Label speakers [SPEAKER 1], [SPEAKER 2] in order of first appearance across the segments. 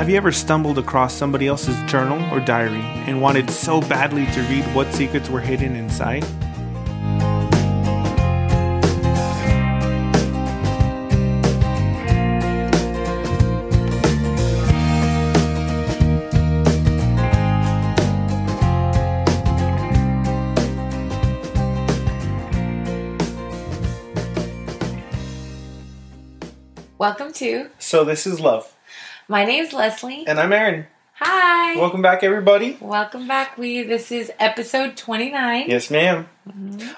[SPEAKER 1] Have you ever stumbled across somebody else's journal or diary and wanted so badly to read what secrets were hidden inside?
[SPEAKER 2] Welcome to.
[SPEAKER 1] So, this is Love.
[SPEAKER 2] My name's Leslie.
[SPEAKER 1] And I'm Aaron.
[SPEAKER 2] Hi.
[SPEAKER 1] Welcome back, everybody.
[SPEAKER 2] Welcome back. We this is episode 29.
[SPEAKER 1] Yes, madam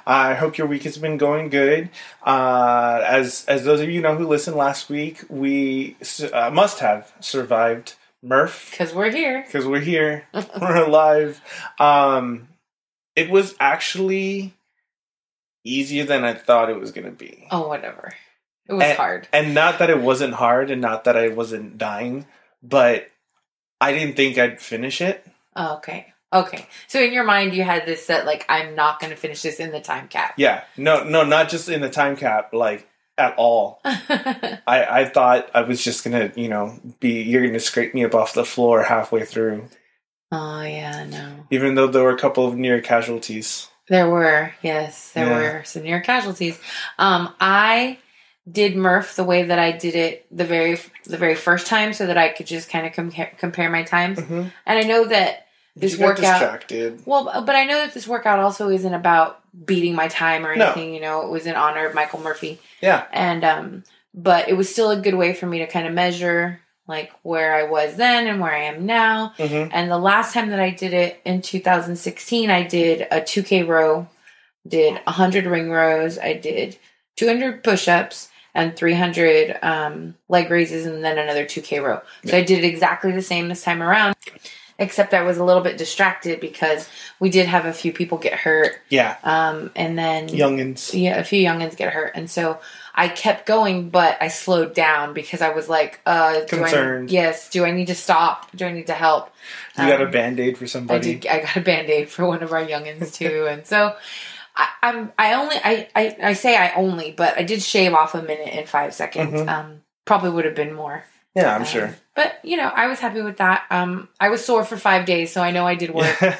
[SPEAKER 1] I hope your week has been going good. Uh, as as those of you know who listened last week, we su- uh, must have survived Murph
[SPEAKER 2] Cuz we're here.
[SPEAKER 1] because we're here, we're alive. Um, it was actually easier than I thought it was going to be,
[SPEAKER 2] Oh, whatever. It was
[SPEAKER 1] Eh.
[SPEAKER 2] hard.
[SPEAKER 1] and not that it wasn't hard, and not that I wasn't dying, but I didn't think I'd finish it.
[SPEAKER 2] Oh, okay. Okay. So in your mind you had this set like I'm not going to finish this in the time cap.
[SPEAKER 1] Yeah, no, no, not just in the time cap, like at all.
[SPEAKER 2] Oh,
[SPEAKER 1] I, I thought I was just gonna, you know, be you're gonna scrape me up off the floor halfway through,
[SPEAKER 2] oh yeah, no.
[SPEAKER 1] even though there were a couple of near casualties.
[SPEAKER 2] There were. Yes, there
[SPEAKER 1] Yeah.
[SPEAKER 2] were some near casualties. Um I did Murph the way that I did it the very the very first time so that I could just kind of compare compare my times.
[SPEAKER 1] Mm-hmm.
[SPEAKER 2] And I know that This
[SPEAKER 1] you got
[SPEAKER 2] workout-
[SPEAKER 1] distracted.
[SPEAKER 2] Well, b- but I know that this workout also isn't about beating my time or
[SPEAKER 1] No.
[SPEAKER 2] anything. You know, it was in honor of Michael Murphy,
[SPEAKER 1] Yeah,
[SPEAKER 2] and um, but it was still a good way for me to kind of measure like where I was then and where I am now.
[SPEAKER 1] mm-hmm.
[SPEAKER 2] And the last time that I did it in 2016, I did a 2K row, did 100 ring rows, I did 200 push-ups and 300 um, leg raises, and then another 2K row. So I did exactly the same this time around, except I was a little bit distracted because we did have a few people get hurt,
[SPEAKER 1] yeah,
[SPEAKER 2] um, and then
[SPEAKER 1] youngins.
[SPEAKER 2] yeah, a few youngins get hurt, and so I kept going, but I slowed down because I was like, uh, do I-
[SPEAKER 1] Concerned.
[SPEAKER 2] yes, do I need to stop? Do I need to help?
[SPEAKER 1] You got a
[SPEAKER 2] Um,
[SPEAKER 1] band aid for
[SPEAKER 2] I
[SPEAKER 1] somebody.
[SPEAKER 2] did. I got a band aid for one of our youngins too, and so I, I'm. I only. I, I. I say I only, but I did shave off a minute and five seconds.
[SPEAKER 1] Mhm.
[SPEAKER 2] Um, probably would have been more.
[SPEAKER 1] Yeah, I'm
[SPEAKER 2] Um,
[SPEAKER 1] sure.
[SPEAKER 2] But you know, I was happy with that. Um, I was sore for five days, so I know I did work.
[SPEAKER 1] Yeah.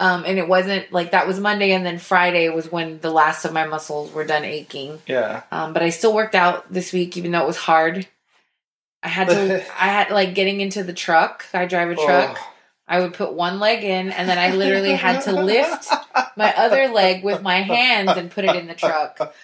[SPEAKER 2] Um, and it wasn't like that was Monday, and then Friday was when the last of my muscles were done aching.
[SPEAKER 1] yeah,
[SPEAKER 2] Um, but I still worked out this week, even though it was hard. I had to. I had like getting into the truck. I drive a truck.
[SPEAKER 1] Oh.
[SPEAKER 2] I would put one leg in, and then I literally had to lift my other leg with my hands and put it in the truck.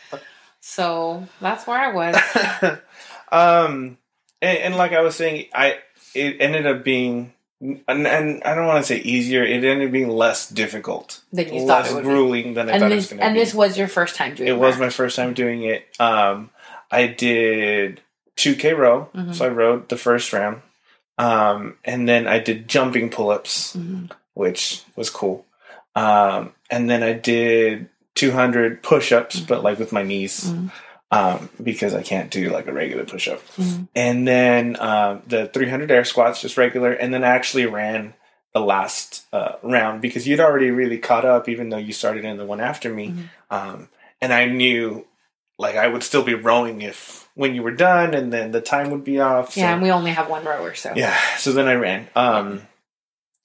[SPEAKER 2] So that's where I was.
[SPEAKER 1] um, and, and like I was saying, I it ended up being, and, and I don't want to say easier. It ended up being less difficult,
[SPEAKER 2] Then you thought
[SPEAKER 1] less
[SPEAKER 2] it would be.
[SPEAKER 1] grueling than I
[SPEAKER 2] And
[SPEAKER 1] thought it was
[SPEAKER 2] this,
[SPEAKER 1] going to be.
[SPEAKER 2] and this was your first time doing
[SPEAKER 1] It was my first time doing it. Um, I did 2K row,
[SPEAKER 2] Mhm.
[SPEAKER 1] so I rowed the first round, um, and then I did jumping pull-ups,
[SPEAKER 2] Mhm.
[SPEAKER 1] which was cool. Um, and then I did 200 push-ups, but like with my knees,
[SPEAKER 2] Mhm.
[SPEAKER 1] um, because I can't do like a regular push-up.
[SPEAKER 2] Mhm.
[SPEAKER 1] And then um, the 300 air squats, just regular. And then I actually ran the last uh, round because you'd already really caught up, even though you started in the one after me.
[SPEAKER 2] Mhm.
[SPEAKER 1] Um, and I knew like I would still be rowing if when you were done, and then the time would be off. so-
[SPEAKER 2] Yeah, and we only have one rower, so
[SPEAKER 1] yeah. So then I ran, um,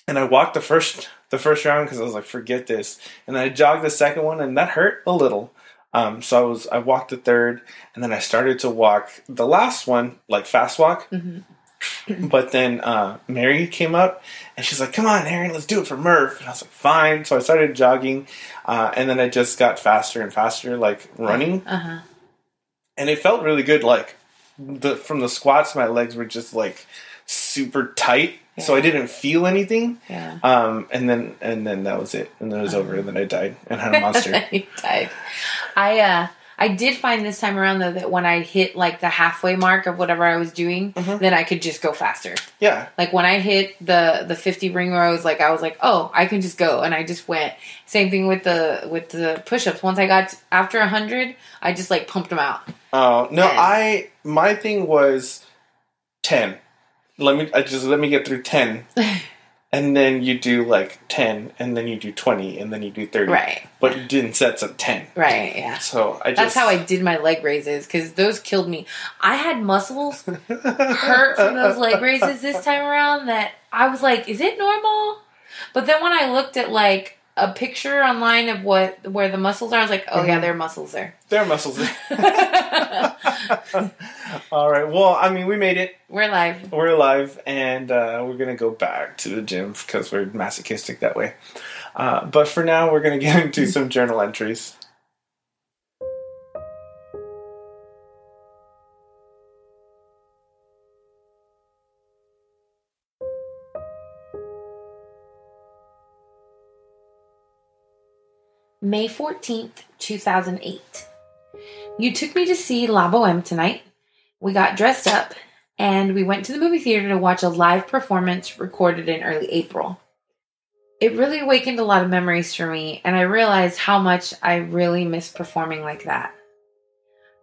[SPEAKER 1] and I walked the first the first round because I was like, forget this. And then I jogged the second one, and that hurt a little. Um, so I was I walked the third, and then I started to walk the last one like fast walk.
[SPEAKER 2] Mhm.
[SPEAKER 1] But then uh, Mary came up and she's like, "Come on, Aaron, let's do it for Murph." And I was like, "Fine." So I started jogging, uh, and then I just got faster and faster, like running,
[SPEAKER 2] Uh-huh.
[SPEAKER 1] and it felt really good. Like the from the squats, my legs were just like super tight, so I
[SPEAKER 2] Yeah.
[SPEAKER 1] didn't feel anything.
[SPEAKER 2] Yeah.
[SPEAKER 1] Um, and then and then that was it, and then it was over, and then I died and had a monster.
[SPEAKER 2] You died. I uh I did find this time around though that when I hit like the halfway mark of whatever I was doing,
[SPEAKER 1] Mhm.
[SPEAKER 2] then I could just go faster.
[SPEAKER 1] yeah,
[SPEAKER 2] Like when I hit the the 50 ring rows, like I was like, "Oh, I can just go." And I just went. Same thing with the with the push-ups. Once I got after 100, I just like pumped them out.
[SPEAKER 1] Oh no,
[SPEAKER 2] Ten.
[SPEAKER 1] I my thing was ten. Let me I just let me get through ten, and then you do like 10 and then you do 20 and then you do 30
[SPEAKER 2] Right.
[SPEAKER 1] but you did in sets of 10
[SPEAKER 2] Right. Yeah.
[SPEAKER 1] so i
[SPEAKER 2] That's
[SPEAKER 1] just
[SPEAKER 2] how I did my leg raises because those killed me. I had muscles hurt from those leg raises this time around that I was like, is it normal? But then when I looked at like a picture online of what where the muscles are, I was like, oh yeah,
[SPEAKER 1] Mhm.
[SPEAKER 2] there are muscles there.
[SPEAKER 1] their muscles all right well i mean we made it
[SPEAKER 2] We're live.
[SPEAKER 1] we're alive and uh, we're gonna go back to the gym because we're masochistic that way uh, but for now we're gonna get into some journal entries
[SPEAKER 2] May 14th, 2008. You took me to see La Boheme tonight. We got dressed up and we went to the movie theater to watch a live performance recorded in early April. It really awakened a lot of memories for me, and I realized how much I really miss performing like that.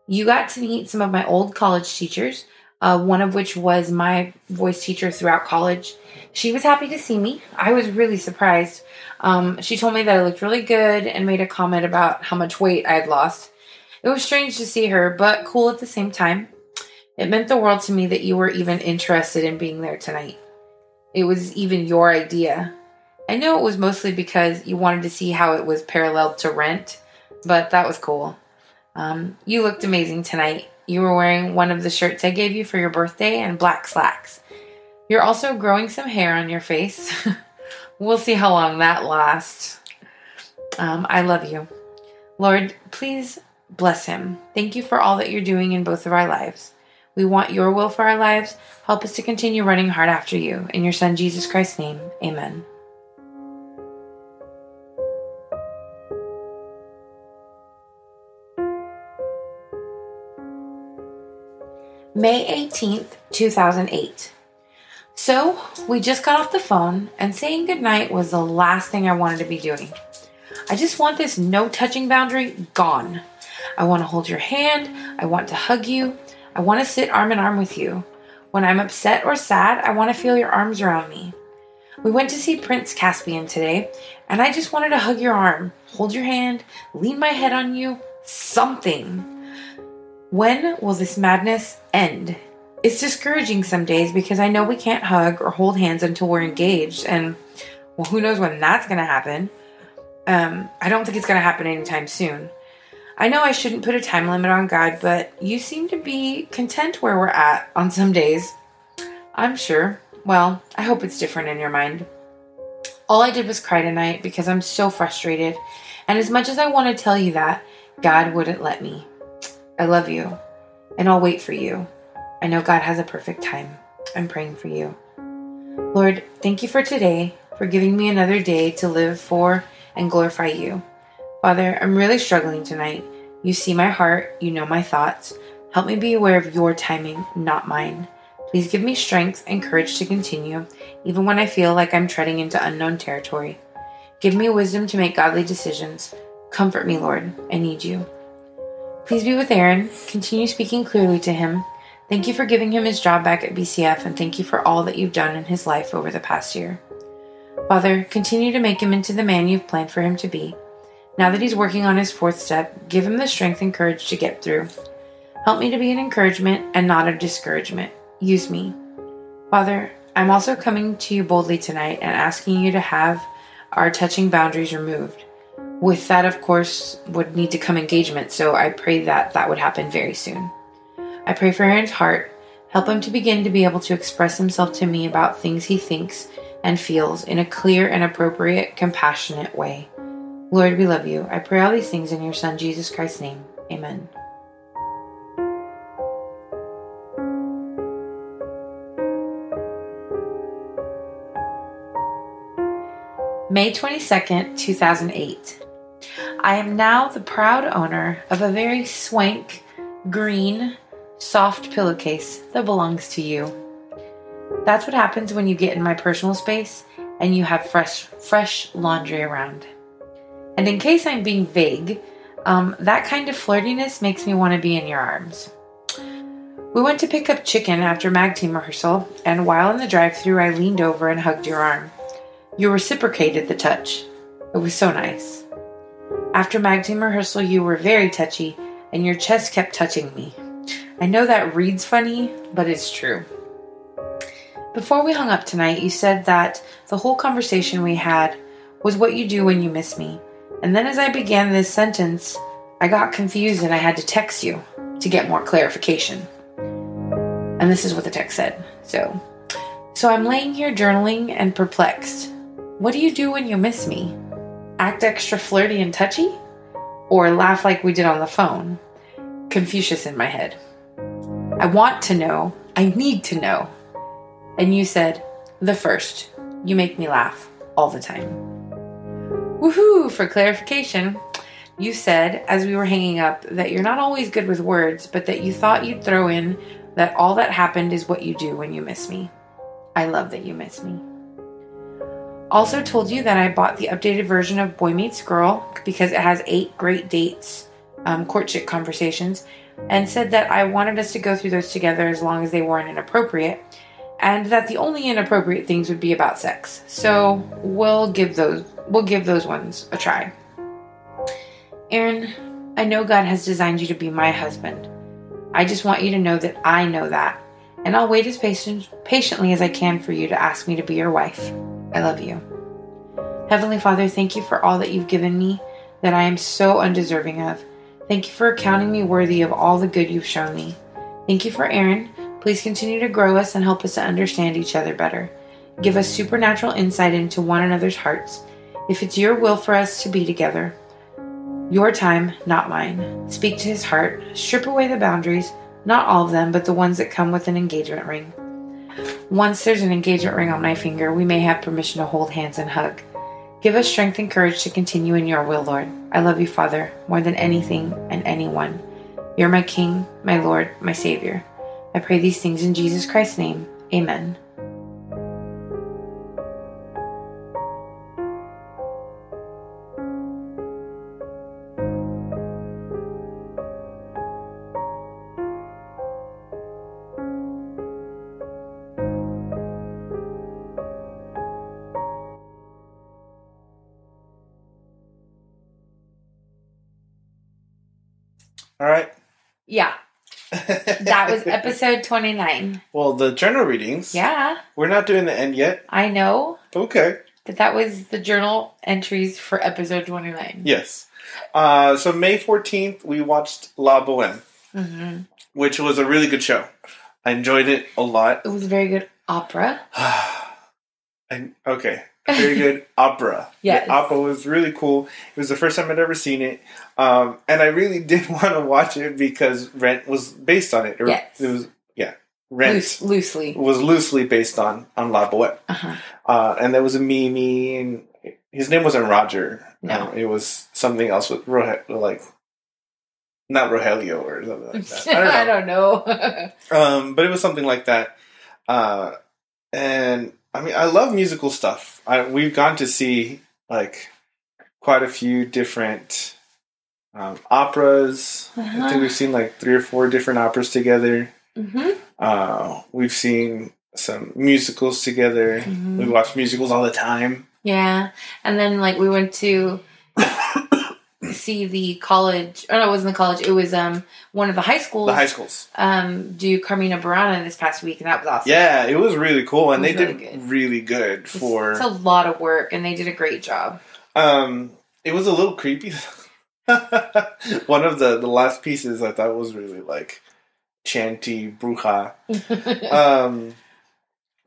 [SPEAKER 2] You got to meet some of my old college teachers, uh, one of which was my voice teacher throughout college. She was happy to see me. I was really surprised. Um, she told me that I looked really good and made a comment about how much weight I had lost. It was strange to see her, but cool at the same time. It meant the world to me that you were even interested in being there tonight. It was even your idea. I know it was mostly because you wanted to see how it was paralleled to rent, but that was cool. Um, you looked amazing tonight. You were wearing one of the shirts I gave you for your birthday and black slacks. You're also growing some hair on your face. We'll see how long that lasts. Um, I love you. Lord, please bless him. Thank you for all that you're doing in both of our lives. We want your will for our lives. Help us to continue running hard after you. In your son, Jesus Christ's name, amen. May 18th, 2008. So, we just got off the phone, and saying goodnight was the last thing I wanted to be doing. I just want this no touching boundary gone. I want to hold your hand. I want to hug you. I want to sit arm in arm with you. When I'm upset or sad, I want to feel your arms around me. We went to see Prince Caspian today, and I just wanted to hug your arm, hold your hand, lean my head on you, something. When will this madness end? It's discouraging some days because I know we can't hug or hold hands until we're engaged, and well, who knows when that's going to happen. Um, I don't think it's going to happen anytime soon. I know I shouldn't put a time limit on God, but you seem to be content where we're at on some days. I'm sure. Well, I hope it's different in your mind. All I did was cry tonight because I'm so frustrated, and as much as I want to tell you that, God wouldn't let me. I love you, and I'll wait for you. I know God has a perfect time. I'm praying for you. Lord, thank you for today, for giving me another day to live for and glorify you. Father, I'm really struggling tonight. You see my heart, you know my thoughts. Help me be aware of your timing, not mine. Please give me strength and courage to continue, even when I feel like I'm treading into unknown territory. Give me wisdom to make godly decisions. Comfort me, Lord. I need you. Please be with Aaron. Continue speaking clearly to him. Thank you for giving him his job back at BCF and thank you for all that you've done in his life over the past year. Father, continue to make him into the man you've planned for him to be. Now that he's working on his fourth step, give him the strength and courage to get through. Help me to be an encouragement and not a discouragement. Use me. Father, I'm also coming to you boldly tonight and asking you to have our touching boundaries removed. With that, of course, would need to come engagement, so I pray that that would happen very soon. I pray for Aaron's heart. Help him to begin to be able to express himself to me about things he thinks and feels in a clear and appropriate, compassionate way. Lord, we love you. I pray all these things in your Son, Jesus Christ's name. Amen. May 22nd, 2008. I am now the proud owner of a very swank, green, soft pillowcase that belongs to you. That's what happens when you get in my personal space and you have fresh, fresh laundry around. And in case I'm being vague, um, that kind of flirtiness makes me want to be in your arms. We went to pick up chicken after mag team rehearsal, and while in the drive thru, I leaned over and hugged your arm. You reciprocated the touch. It was so nice. After mag team rehearsal, you were very touchy, and your chest kept touching me. I know that reads funny, but it's true. Before we hung up tonight, you said that the whole conversation we had was what you do when you miss me. And then as I began this sentence, I got confused and I had to text you to get more clarification. And this is what the text said. So, so I'm laying here journaling and perplexed. What do you do when you miss me? Act extra flirty and touchy? Or laugh like we did on the phone? Confucius in my head. I want to know. I need to know. And you said, the first. You make me laugh all the time. Woohoo! For clarification, you said as we were hanging up that you're not always good with words, but that you thought you'd throw in that all that happened is what you do when you miss me. I love that you miss me. Also, told you that I bought the updated version of Boy Meets Girl because it has eight great dates, um, courtship conversations, and said that I wanted us to go through those together as long as they weren't inappropriate, and that the only inappropriate things would be about sex. So we'll give those we'll give those ones a try. Aaron, I know God has designed you to be my husband. I just want you to know that I know that, and I'll wait as patient, patiently as I can for you to ask me to be your wife. I love you. Heavenly Father, thank you for all that you've given me that I am so undeserving of. Thank you for accounting me worthy of all the good you've shown me. Thank you for Aaron. Please continue to grow us and help us to understand each other better. Give us supernatural insight into one another's hearts. If it's your will for us to be together, your time, not mine. Speak to his heart. Strip away the boundaries, not all of them, but the ones that come with an engagement ring. Once there's an engagement ring on my finger, we may have permission to hold hands and hug. Give us strength and courage to continue in your will, Lord. I love you, Father, more than anything and anyone. You're my King, my Lord, my Savior. I pray these things in Jesus Christ's name. Amen.
[SPEAKER 1] All right.
[SPEAKER 2] Yeah, that was episode 29.
[SPEAKER 1] well, the journal readings.
[SPEAKER 2] Yeah,
[SPEAKER 1] We're not doing the end yet.
[SPEAKER 2] I know,
[SPEAKER 1] Okay.
[SPEAKER 2] but that was the journal entries for episode 29.
[SPEAKER 1] Yes. Uh, so May 14th, we watched La Boheme,
[SPEAKER 2] hmm
[SPEAKER 1] which was a really good show. I enjoyed it a lot.
[SPEAKER 2] It was a very good opera.
[SPEAKER 1] I, okay. Very good opera.
[SPEAKER 2] Yes.
[SPEAKER 1] The opera was really cool. It was the first time I'd ever seen it. Um, and I really did want to watch it because Rent was based on it. It-
[SPEAKER 2] Yes.
[SPEAKER 1] It was, yeah. Rent
[SPEAKER 2] Loose, loosely.
[SPEAKER 1] was loosely based on, on La Boheme.
[SPEAKER 2] Uh-huh.
[SPEAKER 1] Uh, and there was a Mimi, and his name wasn't Roger.
[SPEAKER 2] No.
[SPEAKER 1] Um, it was something else with Roge- like, not Rogelio or something like that. I don't know.
[SPEAKER 2] I don't know.
[SPEAKER 1] Um, but it was something like that. Uh, and I mean, I love musical stuff. I, we've gone to see like quite a few different um, operas. I
[SPEAKER 2] Uh-huh.
[SPEAKER 1] think we've seen like three or four different operas together.
[SPEAKER 2] hmm
[SPEAKER 1] Uh, we've seen some musicals together.
[SPEAKER 2] Mhm.
[SPEAKER 1] We watch musicals all the time.
[SPEAKER 2] Yeah, and then like we went to see the college. Oh no, it wasn't the college. It was um one of the high schools.
[SPEAKER 1] The high schools.
[SPEAKER 2] um do Carmina Burana this past week, and that was awesome.
[SPEAKER 1] Yeah, it was really cool, and
[SPEAKER 2] It
[SPEAKER 1] they
[SPEAKER 2] was
[SPEAKER 1] did
[SPEAKER 2] really good.
[SPEAKER 1] really good
[SPEAKER 2] It's-
[SPEAKER 1] for.
[SPEAKER 2] it's a lot of work, and they did a great job.
[SPEAKER 1] Um, it was a little creepy. One of the the last pieces I thought was really like chanty bruja. Um,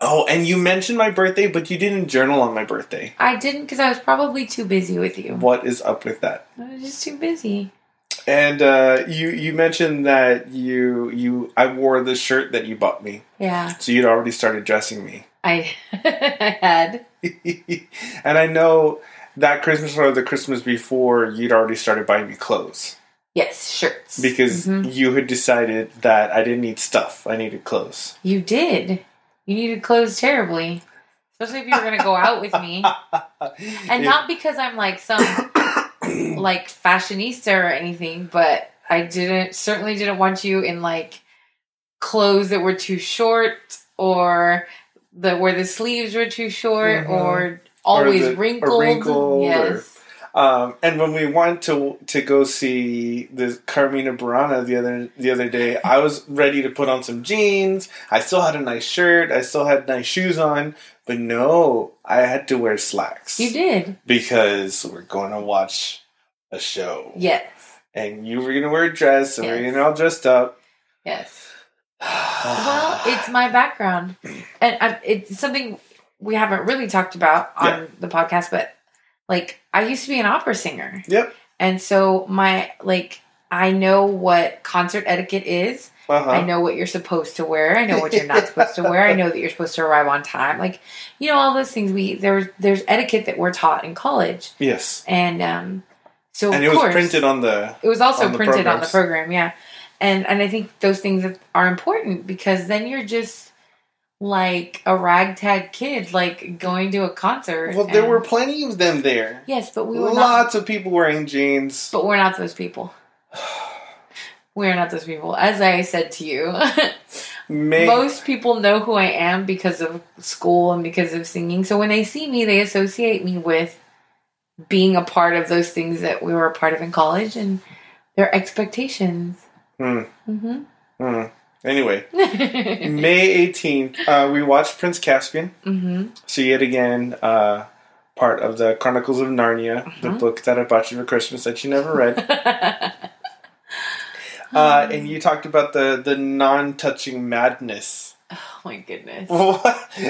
[SPEAKER 1] oh, and you mentioned my birthday, but you didn't journal on my birthday.
[SPEAKER 2] I didn't because I was probably too busy with you.
[SPEAKER 1] What is up with that?
[SPEAKER 2] I was just too busy.
[SPEAKER 1] And uh, you you mentioned that you you I wore the shirt that you bought me,
[SPEAKER 2] Yeah,
[SPEAKER 1] so you'd already started dressing me.
[SPEAKER 2] I I had.
[SPEAKER 1] and I know that Christmas or the Christmas before, you'd already started buying me clothes.
[SPEAKER 2] Yes, shirts.
[SPEAKER 1] because
[SPEAKER 2] Mhm.
[SPEAKER 1] you had decided that I didn't need stuff. I needed clothes.
[SPEAKER 2] you did. You needed clothes terribly, especially if you were going to go out with me.
[SPEAKER 1] If-
[SPEAKER 2] And not because I'm like some like fashionista or anything, but I didn't certainly didn't want you in like clothes that were too short or the where the sleeves were too short
[SPEAKER 1] Mhm.
[SPEAKER 2] or always
[SPEAKER 1] the- or
[SPEAKER 2] wrinkled.
[SPEAKER 1] wrinkled, or-
[SPEAKER 2] yes.
[SPEAKER 1] Um, and when we went to to go see the Carmina Burana the other the other day, I was ready to put on some jeans. I still had a nice shirt. I still had nice shoes on. But no, I had to wear slacks
[SPEAKER 2] you did.
[SPEAKER 1] because we're going to watch a show,
[SPEAKER 2] Yes.
[SPEAKER 1] and you were going to wear a dress, and we
[SPEAKER 2] Yes.
[SPEAKER 1] are getting all dressed up.
[SPEAKER 2] Yes. Well, it's my background, and i it's something we haven't really talked about on
[SPEAKER 1] Yeah.
[SPEAKER 2] the podcast. But like, I used to be an opera singer.
[SPEAKER 1] Yep.
[SPEAKER 2] And so my like, I know what concert etiquette is.
[SPEAKER 1] uh-huh.
[SPEAKER 2] I know what you're supposed to wear. I know what you're not supposed to wear. I know that you're supposed to arrive on time. Like, you know, all those things. We there's there's etiquette that we're taught in college,
[SPEAKER 1] Yes,
[SPEAKER 2] and um, so
[SPEAKER 1] and
[SPEAKER 2] of
[SPEAKER 1] it was
[SPEAKER 2] course,
[SPEAKER 1] printed on the
[SPEAKER 2] It was also
[SPEAKER 1] on the
[SPEAKER 2] printed on the
[SPEAKER 1] programs.
[SPEAKER 2] program, yeah. And and I think those things are important because then you're just like a ragtag kid, like going to a concert.
[SPEAKER 1] Well, there
[SPEAKER 2] and-
[SPEAKER 1] were plenty of them there.
[SPEAKER 2] yes, but we were not.
[SPEAKER 1] Lots of people wearing jeans.
[SPEAKER 2] But we're not those people. We're not those people. As I said to you,
[SPEAKER 1] May-
[SPEAKER 2] Most people know who I am because of school and because of singing. So when they see me, they associate me with being a part of those things that we were a part of in college and their expectations.
[SPEAKER 1] Hmm,
[SPEAKER 2] hmm
[SPEAKER 1] hmm. Anyway,
[SPEAKER 2] hmm
[SPEAKER 1] May 18th, uh, we watched Prince Caspian. So, yet again, uh, part of the Chronicles of Narnia, the
[SPEAKER 2] Uh-huh.
[SPEAKER 1] book that I bought you for Christmas that you never read.
[SPEAKER 2] Oh
[SPEAKER 1] uh, and you talked about the, the non touching madness.
[SPEAKER 2] oh my goodness.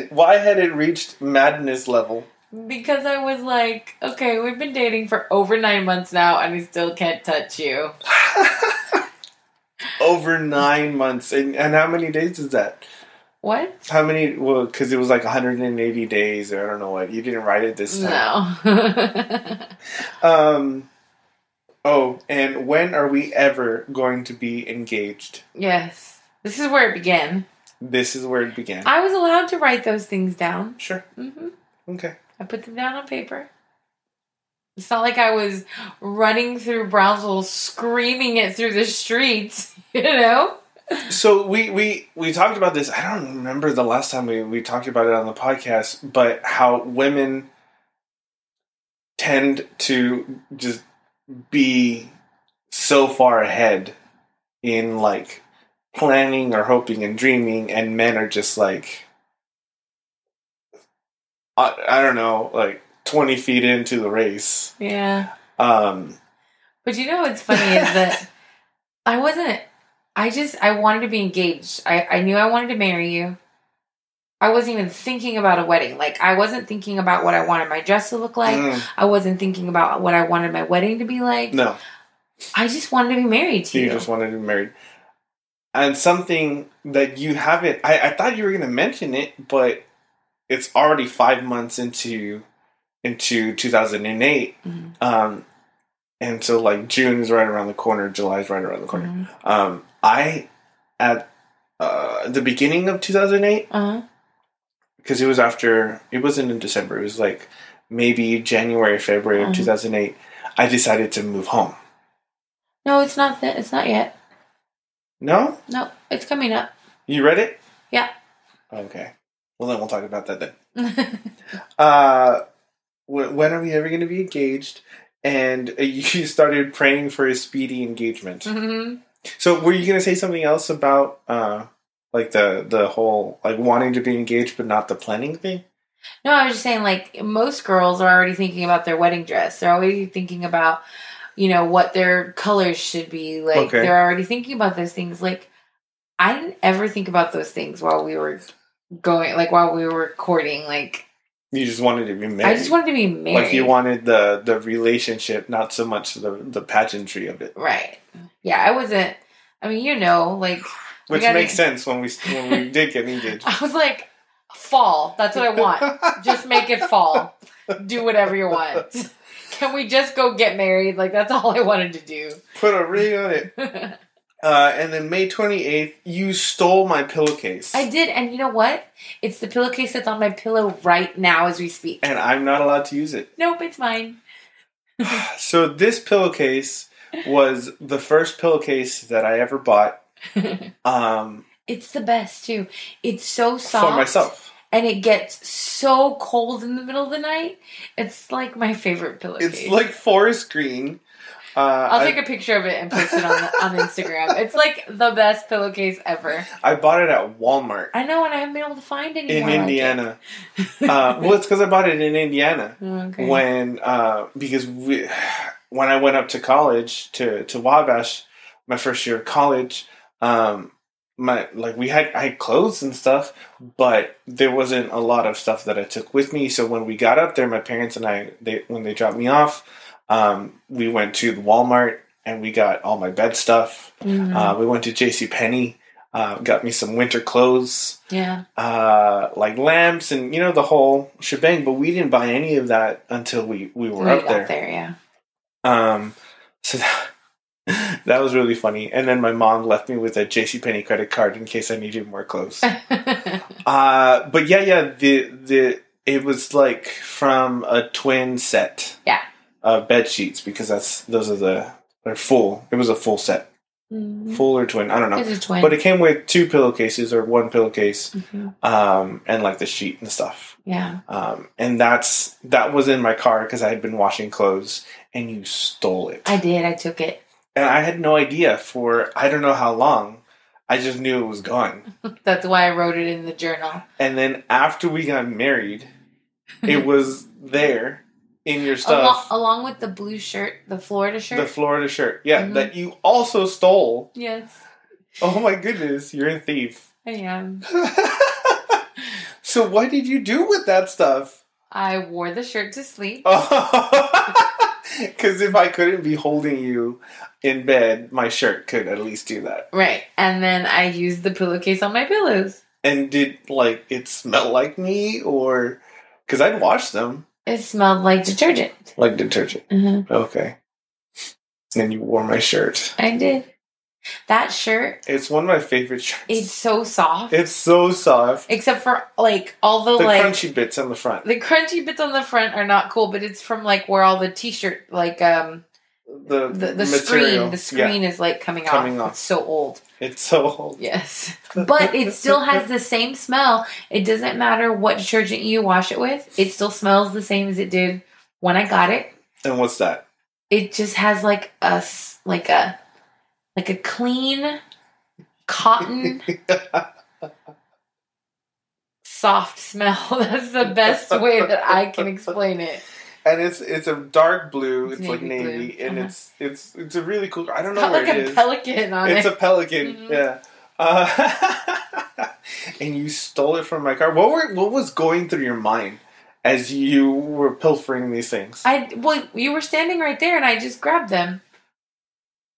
[SPEAKER 1] Why had it reached madness level?
[SPEAKER 2] Because I was like, okay, we've been dating for over nine months now and I still can't touch you.
[SPEAKER 1] Over nine months. And, and how many days is that?
[SPEAKER 2] What?
[SPEAKER 1] How many? Well, because it was like 180 days, or I don't know what. You didn't write it this time.
[SPEAKER 2] No.
[SPEAKER 1] Um. Oh, and when are we ever going to be engaged?
[SPEAKER 2] yes. This is where it began.
[SPEAKER 1] This is where it began.
[SPEAKER 2] I was allowed to write those things down.
[SPEAKER 1] sure.
[SPEAKER 2] hmm
[SPEAKER 1] Okay.
[SPEAKER 2] I put them down on paper. It's not like I was running through Brownsville screaming it through the streets, you know?
[SPEAKER 1] So we we we talked about this. I don't remember the last time we we talked about it on the podcast, but how women tend to just be so far ahead in like planning or hoping and dreaming and men are just like I, I don't know like 20 feet into the race
[SPEAKER 2] Yeah.
[SPEAKER 1] um
[SPEAKER 2] But you know what's funny is that I wasn't I just I wanted to be engaged. I, I knew I wanted to marry you. I wasn't even thinking about a wedding. Like I wasn't thinking about what I wanted my dress to look like.
[SPEAKER 1] mm,
[SPEAKER 2] I wasn't thinking about what I wanted my wedding to be like.
[SPEAKER 1] no
[SPEAKER 2] I just wanted to be married to
[SPEAKER 1] you
[SPEAKER 2] you.
[SPEAKER 1] just wanted to be married and something that you haven't I, I thought you were going to mention it but it's already five months into into 2008
[SPEAKER 2] Mhm.
[SPEAKER 1] um and so like june is right around the corner july is right around the corner
[SPEAKER 2] Mhm.
[SPEAKER 1] um i at uh the beginning of 2008
[SPEAKER 2] Uh-huh.
[SPEAKER 1] because it was after it wasn't in december it was like maybe january february of
[SPEAKER 2] Mhm.
[SPEAKER 1] 2008 i decided to move home
[SPEAKER 2] No, it's not that it's not yet.
[SPEAKER 1] no
[SPEAKER 2] No, it's coming up.
[SPEAKER 1] You read it?
[SPEAKER 2] Yeah.
[SPEAKER 1] Okay. Well, then we'll talk about that then. Mm-hmm. Uh, wh- when are we ever going to be engaged? And uh, you started praying for a speedy engagement.
[SPEAKER 2] Mhm.
[SPEAKER 1] So, were you going to say something else about uh, like the the whole like wanting to be engaged but not the planning thing?
[SPEAKER 2] No, I was just saying, like, most girls are already thinking about their wedding dress. They're already thinking about, you know, what their colors should be. Like,
[SPEAKER 1] Okay.
[SPEAKER 2] they're already thinking about those things. Like, I didn't ever think about those things while we were going, like, while we were courting. Like,
[SPEAKER 1] You just wanted to be married.
[SPEAKER 2] I just wanted to be married.
[SPEAKER 1] like you wanted the the relationship, not so much the the pageantry of it,
[SPEAKER 2] Right. Yeah, I wasn't, I mean, you know, like, We
[SPEAKER 1] which
[SPEAKER 2] gotta-
[SPEAKER 1] makes sense when we when we did get engaged.
[SPEAKER 2] I was like, fall. That's what I want. just make it fall. Do whatever you want. Can we just go get married? Like that's all I wanted to do.
[SPEAKER 1] Put a ring on it.
[SPEAKER 2] I
[SPEAKER 1] Uh, and then May 28th, you stole my pillowcase.
[SPEAKER 2] did, and you know what? It's the pillowcase that's on my pillow right now as we speak.
[SPEAKER 1] and I'm not allowed to use it.
[SPEAKER 2] Nope, it's mine.
[SPEAKER 1] So this pillowcase was the first pillowcase that I ever bought um,
[SPEAKER 2] It's the best too. It's so
[SPEAKER 1] for
[SPEAKER 2] soft.
[SPEAKER 1] myself.
[SPEAKER 2] and it gets so cold in the middle of the night. It's like my favorite pillowcase.
[SPEAKER 1] It's like forest green. Uh,
[SPEAKER 2] I'll
[SPEAKER 1] I-
[SPEAKER 2] take a picture of it and post it on on Instagram. It's like the best pillowcase ever.
[SPEAKER 1] I bought it at Walmart
[SPEAKER 2] I know, and I haven't been able to find any
[SPEAKER 1] in
[SPEAKER 2] more like
[SPEAKER 1] Indiana.
[SPEAKER 2] it.
[SPEAKER 1] uh, well, it's because I bought it in Indiana
[SPEAKER 2] okay.
[SPEAKER 1] when uh, because we, when I went up to college to to Wabash, my first year of college, um, my like we had I had clothes and stuff, but there wasn't a lot of stuff that I took with me. So when we got up there, my parents and I they when they dropped me off, um, we went to the Walmart and we got all my bed stuff.
[SPEAKER 2] Mhm.
[SPEAKER 1] Uh, we went to J.C. Penney, uh, got me some winter clothes
[SPEAKER 2] yeah,
[SPEAKER 1] uh, like lamps and you know the whole shebang. But we didn't buy any of that until we we were
[SPEAKER 2] we
[SPEAKER 1] up
[SPEAKER 2] got
[SPEAKER 1] there.
[SPEAKER 2] there. Yeah,
[SPEAKER 1] Um, so that, that was really funny. And then my mom left me with a J.C. Penney credit card in case I needed more clothes. uh, but yeah, yeah, the the it was like from a twin set.
[SPEAKER 2] Yeah.
[SPEAKER 1] Of bed sheets because that's those are the they're full. It was a full set,
[SPEAKER 2] Mhm.
[SPEAKER 1] full or twin. I don't know.
[SPEAKER 2] it's a twin.
[SPEAKER 1] But it came with two pillowcases or one pillowcase,
[SPEAKER 2] Mhm.
[SPEAKER 1] um, and like the sheet and stuff.
[SPEAKER 2] Yeah,
[SPEAKER 1] Um, and that's that was in my car because I had been washing clothes, and you stole it.
[SPEAKER 2] I did. I took it.
[SPEAKER 1] and I had no idea for I don't know how long. I just knew it was gone.
[SPEAKER 2] That's why I wrote it in the journal.
[SPEAKER 1] And then after we got married, it was there in your
[SPEAKER 2] Along,
[SPEAKER 1] stuff,
[SPEAKER 2] along with the blue shirt, the Florida shirt.
[SPEAKER 1] the Florida shirt. Yeah,
[SPEAKER 2] Mhm.
[SPEAKER 1] that you also stole.
[SPEAKER 2] yes,
[SPEAKER 1] Oh my goodness, you're a thief.
[SPEAKER 2] I am.
[SPEAKER 1] so what did you do with that stuff?
[SPEAKER 2] I wore the shirt to sleep.
[SPEAKER 1] Because if I couldn't be holding you in bed, my shirt could at least do that.
[SPEAKER 2] Right, and then I used the pillowcase on my pillows.
[SPEAKER 1] And did like it smell like me or? Because I'd wash them
[SPEAKER 2] It smelled like detergent.
[SPEAKER 1] like detergent.
[SPEAKER 2] Mhm.
[SPEAKER 1] Okay. And you wore my shirt.
[SPEAKER 2] I did. That shirt,
[SPEAKER 1] It's one of my favorite shirts.
[SPEAKER 2] it's so soft.
[SPEAKER 1] It's so soft.
[SPEAKER 2] except for like all the,
[SPEAKER 1] The
[SPEAKER 2] like
[SPEAKER 1] crunchy bits on the front.
[SPEAKER 2] the crunchy bits on the front are not cool, but it's from like where all the t-shirt like um
[SPEAKER 1] The
[SPEAKER 2] the, the
[SPEAKER 1] material.
[SPEAKER 2] screen the
[SPEAKER 1] Yeah,
[SPEAKER 2] screen is like coming,
[SPEAKER 1] Coming
[SPEAKER 2] off.
[SPEAKER 1] off.
[SPEAKER 2] It's so old.
[SPEAKER 1] it's so old.
[SPEAKER 2] Yes. But it still has the same smell. It doesn't matter what detergent you wash it with. It still smells the same as it did when I got it.
[SPEAKER 1] And what's that?
[SPEAKER 2] It just has like a s- like a like a clean cotton soft smell. That's the best way that I can explain it.
[SPEAKER 1] and it's it's a dark blue. It's,
[SPEAKER 2] It's
[SPEAKER 1] like
[SPEAKER 2] navy blue.
[SPEAKER 1] navy, and
[SPEAKER 2] Uh-huh.
[SPEAKER 1] it's it's it's a really cool. I don't
[SPEAKER 2] It's
[SPEAKER 1] know
[SPEAKER 2] got
[SPEAKER 1] where
[SPEAKER 2] like
[SPEAKER 1] it
[SPEAKER 2] a
[SPEAKER 1] is.
[SPEAKER 2] pelican on
[SPEAKER 1] it's
[SPEAKER 2] it.
[SPEAKER 1] a pelican.
[SPEAKER 2] Mhm.
[SPEAKER 1] Yeah. Uh, and you stole it from my car. What were what was going through your mind as you were pilfering these things?
[SPEAKER 2] I well, you were standing right there, and I just grabbed them.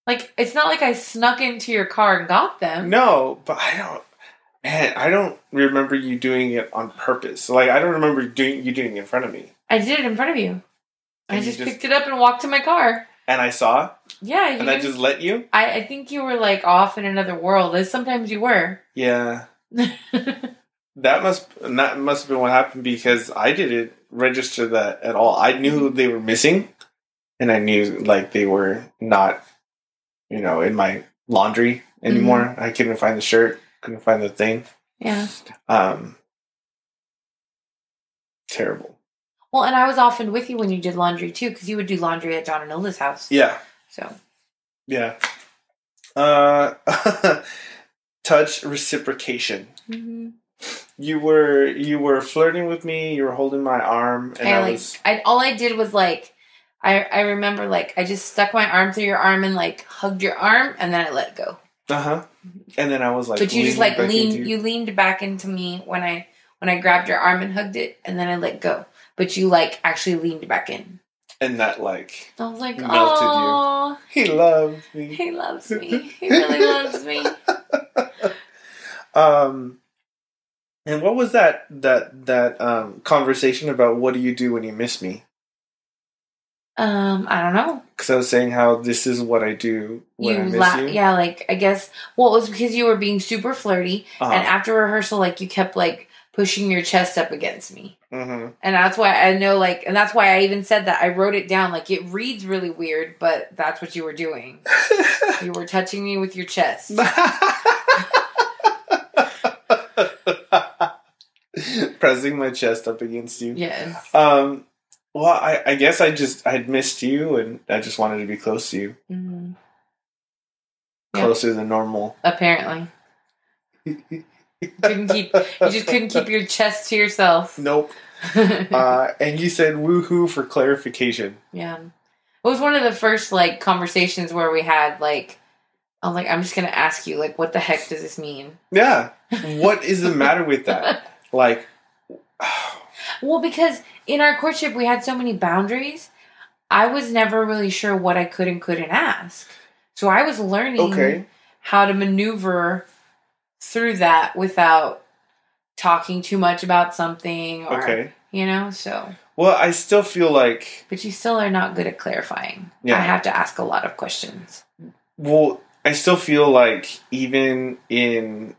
[SPEAKER 2] Like it's not like I snuck into your car and got them.
[SPEAKER 1] no, but I don't. Man, I don't remember you doing it on purpose. Like I don't remember doing you doing it in front of me.
[SPEAKER 2] I did it in front of you. I
[SPEAKER 1] And you
[SPEAKER 2] just,
[SPEAKER 1] just-
[SPEAKER 2] picked it up and walked to my car.
[SPEAKER 1] And I saw,
[SPEAKER 2] Yeah, you.
[SPEAKER 1] and I just let you.
[SPEAKER 2] I, I think you were like off in another world, as sometimes you were.
[SPEAKER 1] Yeah. that must that must have been what happened because I didn't register that at all. I knew they were missing and I knew like they were not you know in my laundry anymore. I couldn't find the shirt, couldn't find the thing.
[SPEAKER 2] Yeah.
[SPEAKER 1] Um terrible.
[SPEAKER 2] Well, and I was often with you when you did laundry too, because you would do laundry at John and Ola's house.
[SPEAKER 1] Yeah.
[SPEAKER 2] So
[SPEAKER 1] Yeah. Uh touch reciprocation. Mm-hmm.
[SPEAKER 2] Mhm.
[SPEAKER 1] You were you were flirting with me, you were holding my arm and
[SPEAKER 2] I
[SPEAKER 1] I,
[SPEAKER 2] like
[SPEAKER 1] was
[SPEAKER 2] I all I did was like I I remember like I just stuck my arm through your arm and like hugged your arm and then I let go.
[SPEAKER 1] Uh huh. And then I was like,
[SPEAKER 2] but you just
[SPEAKER 1] leaning
[SPEAKER 2] like
[SPEAKER 1] back
[SPEAKER 2] leaned
[SPEAKER 1] into-
[SPEAKER 2] you leaned back into me when I when I grabbed your arm and hugged it and then I let go. But you like actually leaned back in.
[SPEAKER 1] and that like
[SPEAKER 2] I was like,
[SPEAKER 1] Melted you.
[SPEAKER 2] oh,
[SPEAKER 1] he loves me.
[SPEAKER 2] he loves me. He really loves me.
[SPEAKER 1] Um, and what was that that that um conversation about? What do you do when you miss me?
[SPEAKER 2] Um, I don't know.
[SPEAKER 1] Because I was saying how this is what I do when I
[SPEAKER 2] you
[SPEAKER 1] miss
[SPEAKER 2] la-
[SPEAKER 1] you.
[SPEAKER 2] yeah, like I guess well it was because you were being super flirty and
[SPEAKER 1] Uh-huh.
[SPEAKER 2] after rehearsal like you kept like pushing your chest up against me.
[SPEAKER 1] Mhm.
[SPEAKER 2] And that's why I know, like, and that's why I even said that. I wrote it down. Like, it reads really weird, but that's what you were doing. You were touching me with your chest.
[SPEAKER 1] that Mm-hmm. pressing my chest up against you.
[SPEAKER 2] Yes.
[SPEAKER 1] Um, well, I, I guess I just I'd missed you, and I just wanted to be close to you,
[SPEAKER 2] Mhm. Yeah.
[SPEAKER 1] closer than normal.
[SPEAKER 2] Apparently. Couldn't keep you just couldn't keep your chest to yourself.
[SPEAKER 1] Nope. Uh, and you said woohoo for clarification.
[SPEAKER 2] yeah. It was one of the first like conversations where we had like I'm like, I'm just gonna ask you, like, what the heck does this mean?
[SPEAKER 1] Yeah. What is the matter with that? Like,
[SPEAKER 2] Well, because in our courtship we had so many boundaries, I was never really sure what I could and couldn't ask. So I was learning
[SPEAKER 1] okay,
[SPEAKER 2] how to maneuver through that without talking too much about something or
[SPEAKER 1] okay.
[SPEAKER 2] you know, so
[SPEAKER 1] Well, I still feel like
[SPEAKER 2] but you still are not good at clarifying.
[SPEAKER 1] Yeah.
[SPEAKER 2] I have to ask a lot of questions.
[SPEAKER 1] well, I still feel like even in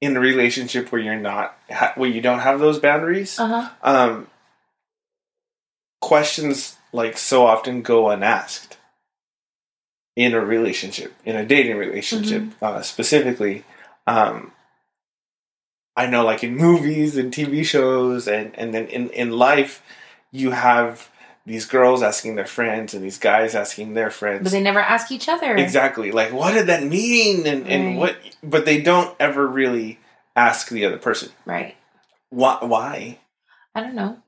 [SPEAKER 1] in a relationship where you're not ha- where you don't have those boundaries,
[SPEAKER 2] Uh-huh.
[SPEAKER 1] um, questions like so often go unasked in a relationship, in a dating relationship
[SPEAKER 2] Mm-hmm.
[SPEAKER 1] uh, specifically. Um, I know, like in movies and TV shows, and and then in in life, you have these girls asking their friends and these guys asking their friends.
[SPEAKER 2] But they never ask each other.
[SPEAKER 1] Exactly. Like, what did that mean? And, and
[SPEAKER 2] Right.
[SPEAKER 1] what? But they don't ever really ask the other person
[SPEAKER 2] Right.
[SPEAKER 1] why. Why?
[SPEAKER 2] I don't know.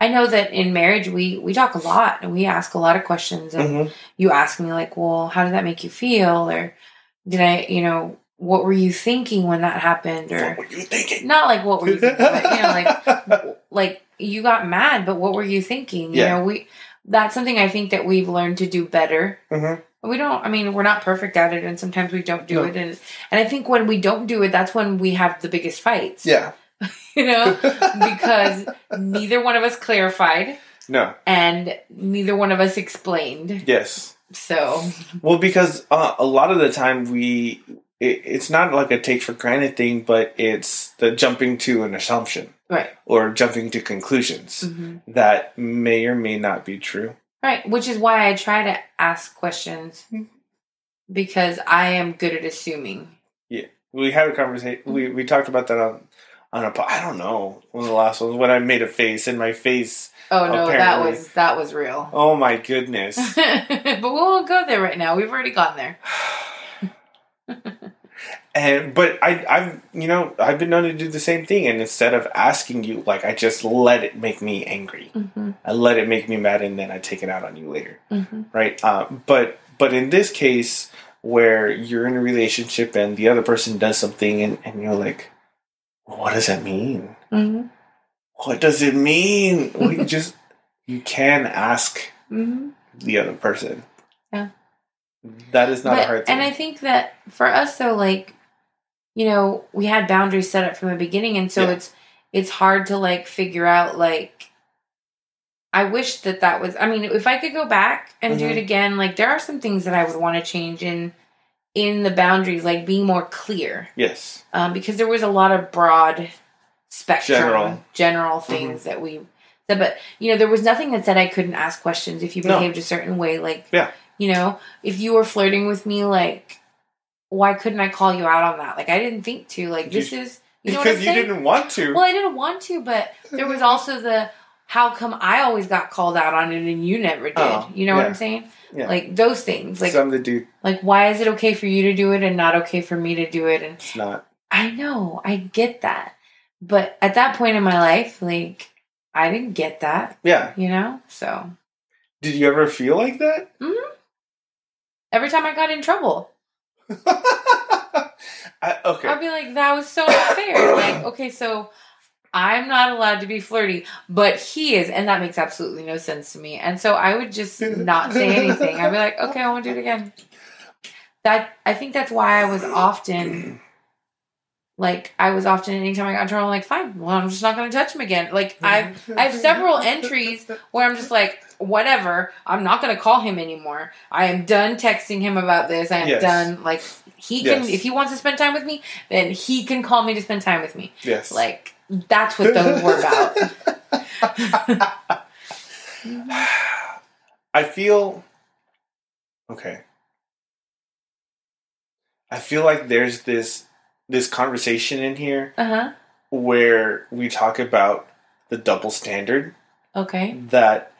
[SPEAKER 2] I know that in marriage we we talk a lot and we ask a lot of questions and
[SPEAKER 1] Mhm.
[SPEAKER 2] you ask me like, "Well, how did that make you feel?" or "Did I, you know, what were you thinking when that happened?"
[SPEAKER 1] What
[SPEAKER 2] or
[SPEAKER 1] were you thinking?
[SPEAKER 2] not like what were you thinking, but, you know, like like you got mad, but what were you thinking? You
[SPEAKER 1] Yeah.
[SPEAKER 2] know, we that's something I think that we've learned to do better.
[SPEAKER 1] Mhm.
[SPEAKER 2] We don't I mean, we're not perfect at it and sometimes we don't do
[SPEAKER 1] No.
[SPEAKER 2] it and and I think when we don't do it, that's when we have the biggest fights.
[SPEAKER 1] yeah.
[SPEAKER 2] You know? because neither one of us clarified
[SPEAKER 1] no.
[SPEAKER 2] and neither one of us explained.
[SPEAKER 1] Yes.
[SPEAKER 2] So
[SPEAKER 1] Well, because uh, a lot of the time we, it, it's not like a take for granted thing, but it's the jumping to an assumption
[SPEAKER 2] Right.
[SPEAKER 1] or jumping to conclusions
[SPEAKER 2] mhm.
[SPEAKER 1] that may or may not be true.
[SPEAKER 2] Right. Which is why I try to ask questions because I am good at assuming.
[SPEAKER 1] We had a conversation.
[SPEAKER 2] Mm-hmm.
[SPEAKER 1] We we talked about that on on a. po- I don't know one of the last ones when I made a face and my face.
[SPEAKER 2] Oh no, that
[SPEAKER 1] Apparently.
[SPEAKER 2] was that was real.
[SPEAKER 1] Oh my goodness.
[SPEAKER 2] but we won't go there right now. We've already gone there.
[SPEAKER 1] and but I I've you know I've been known to do the same thing and instead of asking you like I just let it make me angry
[SPEAKER 2] Mm-hmm.
[SPEAKER 1] I let it make me mad and then I take it out on you later
[SPEAKER 2] Mm-hmm.
[SPEAKER 1] right uh, but but in this case where you're in a relationship and the other person does something and, and you're like what does that mean
[SPEAKER 2] Mm-hmm.
[SPEAKER 1] what does it mean well, you just you can ask
[SPEAKER 2] Mm-hmm.
[SPEAKER 1] the other person
[SPEAKER 2] Yeah.
[SPEAKER 1] that is not a hard thing
[SPEAKER 2] And I think that for us though, like you know, we had boundaries set up from the beginning, and so
[SPEAKER 1] Yeah.
[SPEAKER 2] it's it's hard to like figure out like. I wish that that was. I mean, if I could go back and do
[SPEAKER 1] Mhm.
[SPEAKER 2] it again, like there are some things that I would want to change in in the boundaries, like being more clear.
[SPEAKER 1] yes
[SPEAKER 2] um, because there was a lot of broad spectrum
[SPEAKER 1] General. Mm-hmm.
[SPEAKER 2] general, things that we said but you know there was nothing that said i couldn't ask questions if you
[SPEAKER 1] No.
[SPEAKER 2] behaved a certain way like
[SPEAKER 1] Yeah.
[SPEAKER 2] you know if you were flirting with me like why couldn't i call you out on that like i didn't think to like this is you know what i'm
[SPEAKER 1] because you
[SPEAKER 2] saying
[SPEAKER 1] didn't want to
[SPEAKER 2] well i didn't want to but there was also the how come i always got called out on it and you never did
[SPEAKER 1] Oh,
[SPEAKER 2] you know what
[SPEAKER 1] yeah.
[SPEAKER 2] i'm saying
[SPEAKER 1] Yeah.
[SPEAKER 2] like those things like
[SPEAKER 1] some the dude
[SPEAKER 2] like why is it okay for you to do it and not okay for me to do it and
[SPEAKER 1] it's not
[SPEAKER 2] I know, I get that. But at that point in my life, like, I didn't get that,
[SPEAKER 1] yeah
[SPEAKER 2] you know? So
[SPEAKER 1] did you ever feel like that
[SPEAKER 2] every time I got in trouble,
[SPEAKER 1] I, okay
[SPEAKER 2] I'd be like, that was so unfair. like, okay, so I'm not allowed to be flirty, but he is. And that makes absolutely no sense to me. And so I would just not say anything. I'd be like, okay, I won't do it again. That I think that's why I was often like I was often anytime I got in trouble, I'm like, fine, well I'm just not gonna touch him again. Like I I have several entries where I'm just like, whatever. I'm not going to call him anymore. I am done texting him about this. I am
[SPEAKER 1] Yes.
[SPEAKER 2] done. Like he can,
[SPEAKER 1] Yes.
[SPEAKER 2] if he wants to spend time with me, then he can call me to spend time with me.
[SPEAKER 1] yes
[SPEAKER 2] Like that's what those were about.
[SPEAKER 1] i feel okay i feel like there's this this conversation in here
[SPEAKER 2] Uh huh.
[SPEAKER 1] where we talk about the double standard
[SPEAKER 2] Okay.
[SPEAKER 1] that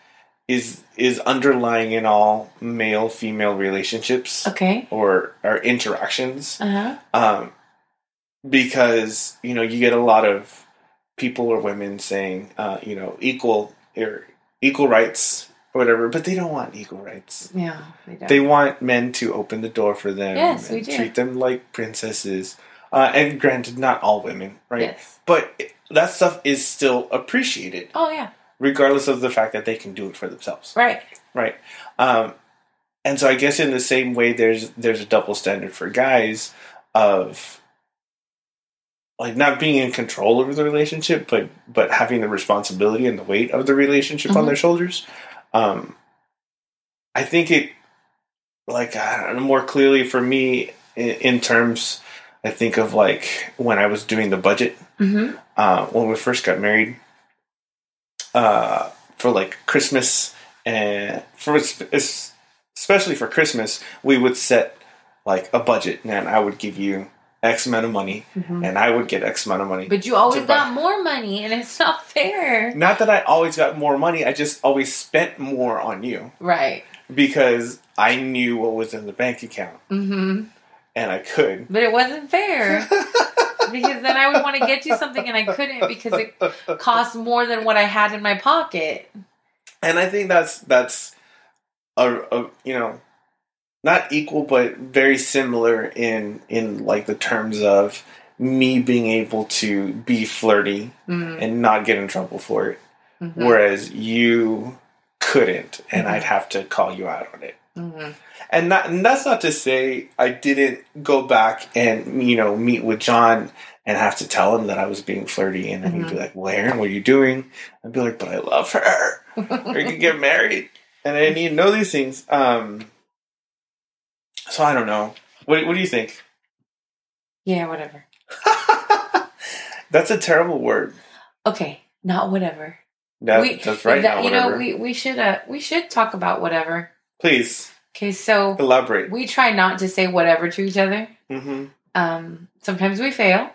[SPEAKER 1] is is underlying in all male female relationships
[SPEAKER 2] Okay.
[SPEAKER 1] or or interactions
[SPEAKER 2] Uh huh.
[SPEAKER 1] um, because you know you get a lot of people or women saying uh, you know equal or equal rights or whatever, but they don't want equal rights.
[SPEAKER 2] Yeah. They don't.
[SPEAKER 1] They want men to open the door for them
[SPEAKER 2] Yes, we
[SPEAKER 1] and
[SPEAKER 2] do.
[SPEAKER 1] treat them like princesses. Uh, and granted, not all women, right?
[SPEAKER 2] Yes.
[SPEAKER 1] But it- that stuff is still appreciated,
[SPEAKER 2] Oh yeah.
[SPEAKER 1] regardless of the fact that they can do it for themselves.
[SPEAKER 2] Right.
[SPEAKER 1] Right. Um, and so I guess in the same way, there's there's a double standard for guys of like not being in control over the relationship, but but having the responsibility and the weight of the relationship on
[SPEAKER 2] Mhm.
[SPEAKER 1] their shoulders. Um, I think it like I don't know, more clearly for me in, in terms. I think of like when I was doing the budget
[SPEAKER 2] Mm-hmm.
[SPEAKER 1] uh, when we first got married uh, for like Christmas and for es- especially for Christmas, we would set like a budget, and I would give you X amount of money,
[SPEAKER 2] Mhm.
[SPEAKER 1] and I would get X amount of money.
[SPEAKER 2] But you always
[SPEAKER 1] To buy-
[SPEAKER 2] got more money, and it's not fair.
[SPEAKER 1] not that I always got more money, I just always spent more on you
[SPEAKER 2] Right.
[SPEAKER 1] because I knew what was in the bank account
[SPEAKER 2] Mm-hmm.
[SPEAKER 1] and I could.
[SPEAKER 2] But it wasn't fair because then I would want to get you something, and I couldn't because it cost more than what I had in my pocket.
[SPEAKER 1] and I think that's that's a, a you know not equal but very similar in in like the terms of me being able to be flirty
[SPEAKER 2] Mm-hmm.
[SPEAKER 1] and not get in trouble for it whereas you couldn't and I'd have to call you out on it Mm-hmm.
[SPEAKER 2] hmm
[SPEAKER 1] and not and that's not to say I didn't go back and you know meet with John and have to tell him that I was being flirty and then
[SPEAKER 2] Mm-hmm.
[SPEAKER 1] he'd be like well Aaron what are you doing I'd be like but I love her or you could get married. And I didn't even know these things. Um, so I don't know. What, what do you think?
[SPEAKER 2] Yeah. Whatever.
[SPEAKER 1] that's a terrible word.
[SPEAKER 2] Okay. Not whatever.
[SPEAKER 1] That,
[SPEAKER 2] We-
[SPEAKER 1] that's right
[SPEAKER 2] that-
[SPEAKER 1] now.
[SPEAKER 2] you know,
[SPEAKER 1] whatever.
[SPEAKER 2] we we should uh we should talk about whatever.
[SPEAKER 1] Please
[SPEAKER 2] Okay. So
[SPEAKER 1] elaborate.
[SPEAKER 2] we try not to say whatever to each other.
[SPEAKER 1] hmm
[SPEAKER 2] Um, sometimes we fail.